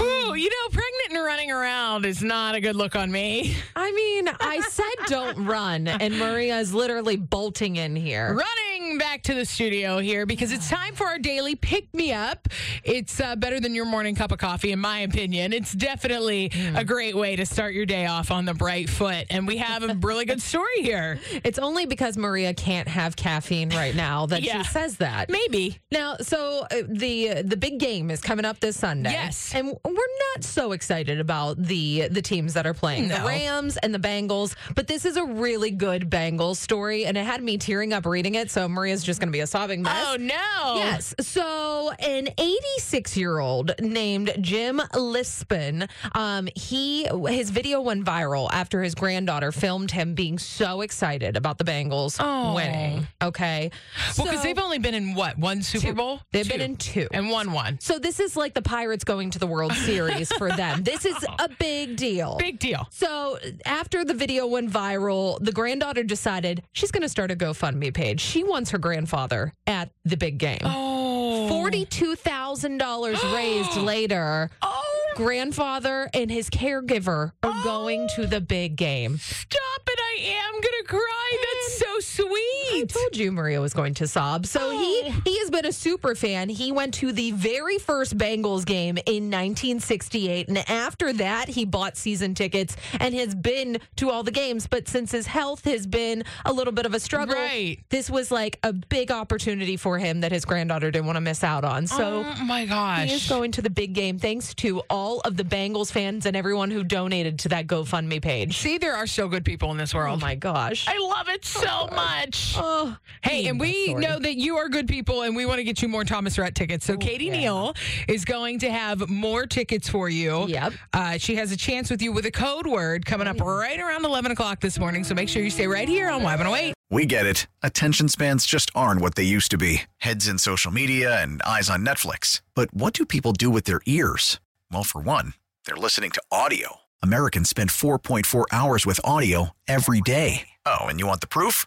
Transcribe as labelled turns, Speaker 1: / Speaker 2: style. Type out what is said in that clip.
Speaker 1: Ooh, you know, pregnant and running around is not a good look on me.
Speaker 2: I mean, I said don't run, and Maria is literally bolting in here.
Speaker 1: Running back to the studio here because it's time for our daily pick me up. It's uh, better than your morning cup of coffee, in my opinion. It's definitely
Speaker 2: Hmm.
Speaker 1: a great way to start your day off on the bright foot. And we have a really good story here.
Speaker 2: It's only because Maria can't have caffeine right now that
Speaker 1: Yeah.
Speaker 2: she says that.
Speaker 1: Maybe.
Speaker 2: Now, so uh, the the big game is coming up this Sunday.
Speaker 1: Yes.
Speaker 2: and we're not so excited about the the teams that are playing the
Speaker 1: No.
Speaker 2: Rams and the Bengals, but this is a really good Bengals story, and it had me tearing up reading it. So Maria's just going to be a sobbing mess.
Speaker 1: Oh, no.
Speaker 2: Yes. So, an 86 year old named Jim Lispin, um, he his video went viral after his granddaughter filmed him being so excited about the Bengals
Speaker 1: Oh.
Speaker 2: winning. Okay.
Speaker 1: Well, because
Speaker 2: So-
Speaker 1: they've only been in what? One Super Bowl?
Speaker 2: they've
Speaker 1: Two.
Speaker 2: been in two.
Speaker 1: And one one.
Speaker 2: so this is like the Pirates going to the World Series for them. This is a big deal.
Speaker 1: Big deal.
Speaker 2: So after the video went viral, the granddaughter decided she's going to start a GoFundMe page. She wants her grandfather at the big game.
Speaker 1: Oh.
Speaker 2: $42,000 raised later.
Speaker 1: Oh,
Speaker 2: Grandfather and his caregiver are going to the big game.
Speaker 1: stop it. I am going to cry. That's so
Speaker 2: I
Speaker 1: sweet.
Speaker 2: told you Maria was going to sob. So
Speaker 1: Oh.
Speaker 2: he he has been a super fan. He went to the very first Bengals game in 1968 and after that he bought season tickets and has been to all the games, but since his health has been a little bit of a struggle,
Speaker 1: Right.
Speaker 2: this was like a big opportunity for him that his granddaughter didn't want to miss out on. So
Speaker 1: oh, my gosh.
Speaker 2: He is going to the big game thanks to all of the Bengals fans and everyone who donated to that GoFundMe page.
Speaker 1: See, there are so good people in this
Speaker 2: Oh
Speaker 1: world.
Speaker 2: my gosh.
Speaker 1: I love it so much.
Speaker 2: Oh,
Speaker 1: Hey, and we know that you are good people, and we want to get you more Thomas Rhett tickets. So Katie Neal is going to have more tickets for you.
Speaker 2: Yep.
Speaker 1: Uh, she has a chance with you with a code word coming up right around 11 o'clock this morning. So make sure you stay right here on Y108.
Speaker 3: We get it. Attention spans just aren't what they used to be heads in social media and eyes on Netflix. But what do people do with their ears? Well, for one, they're listening to audio. Americans spend 4.4 hours with audio every day. Oh, and you want the proof?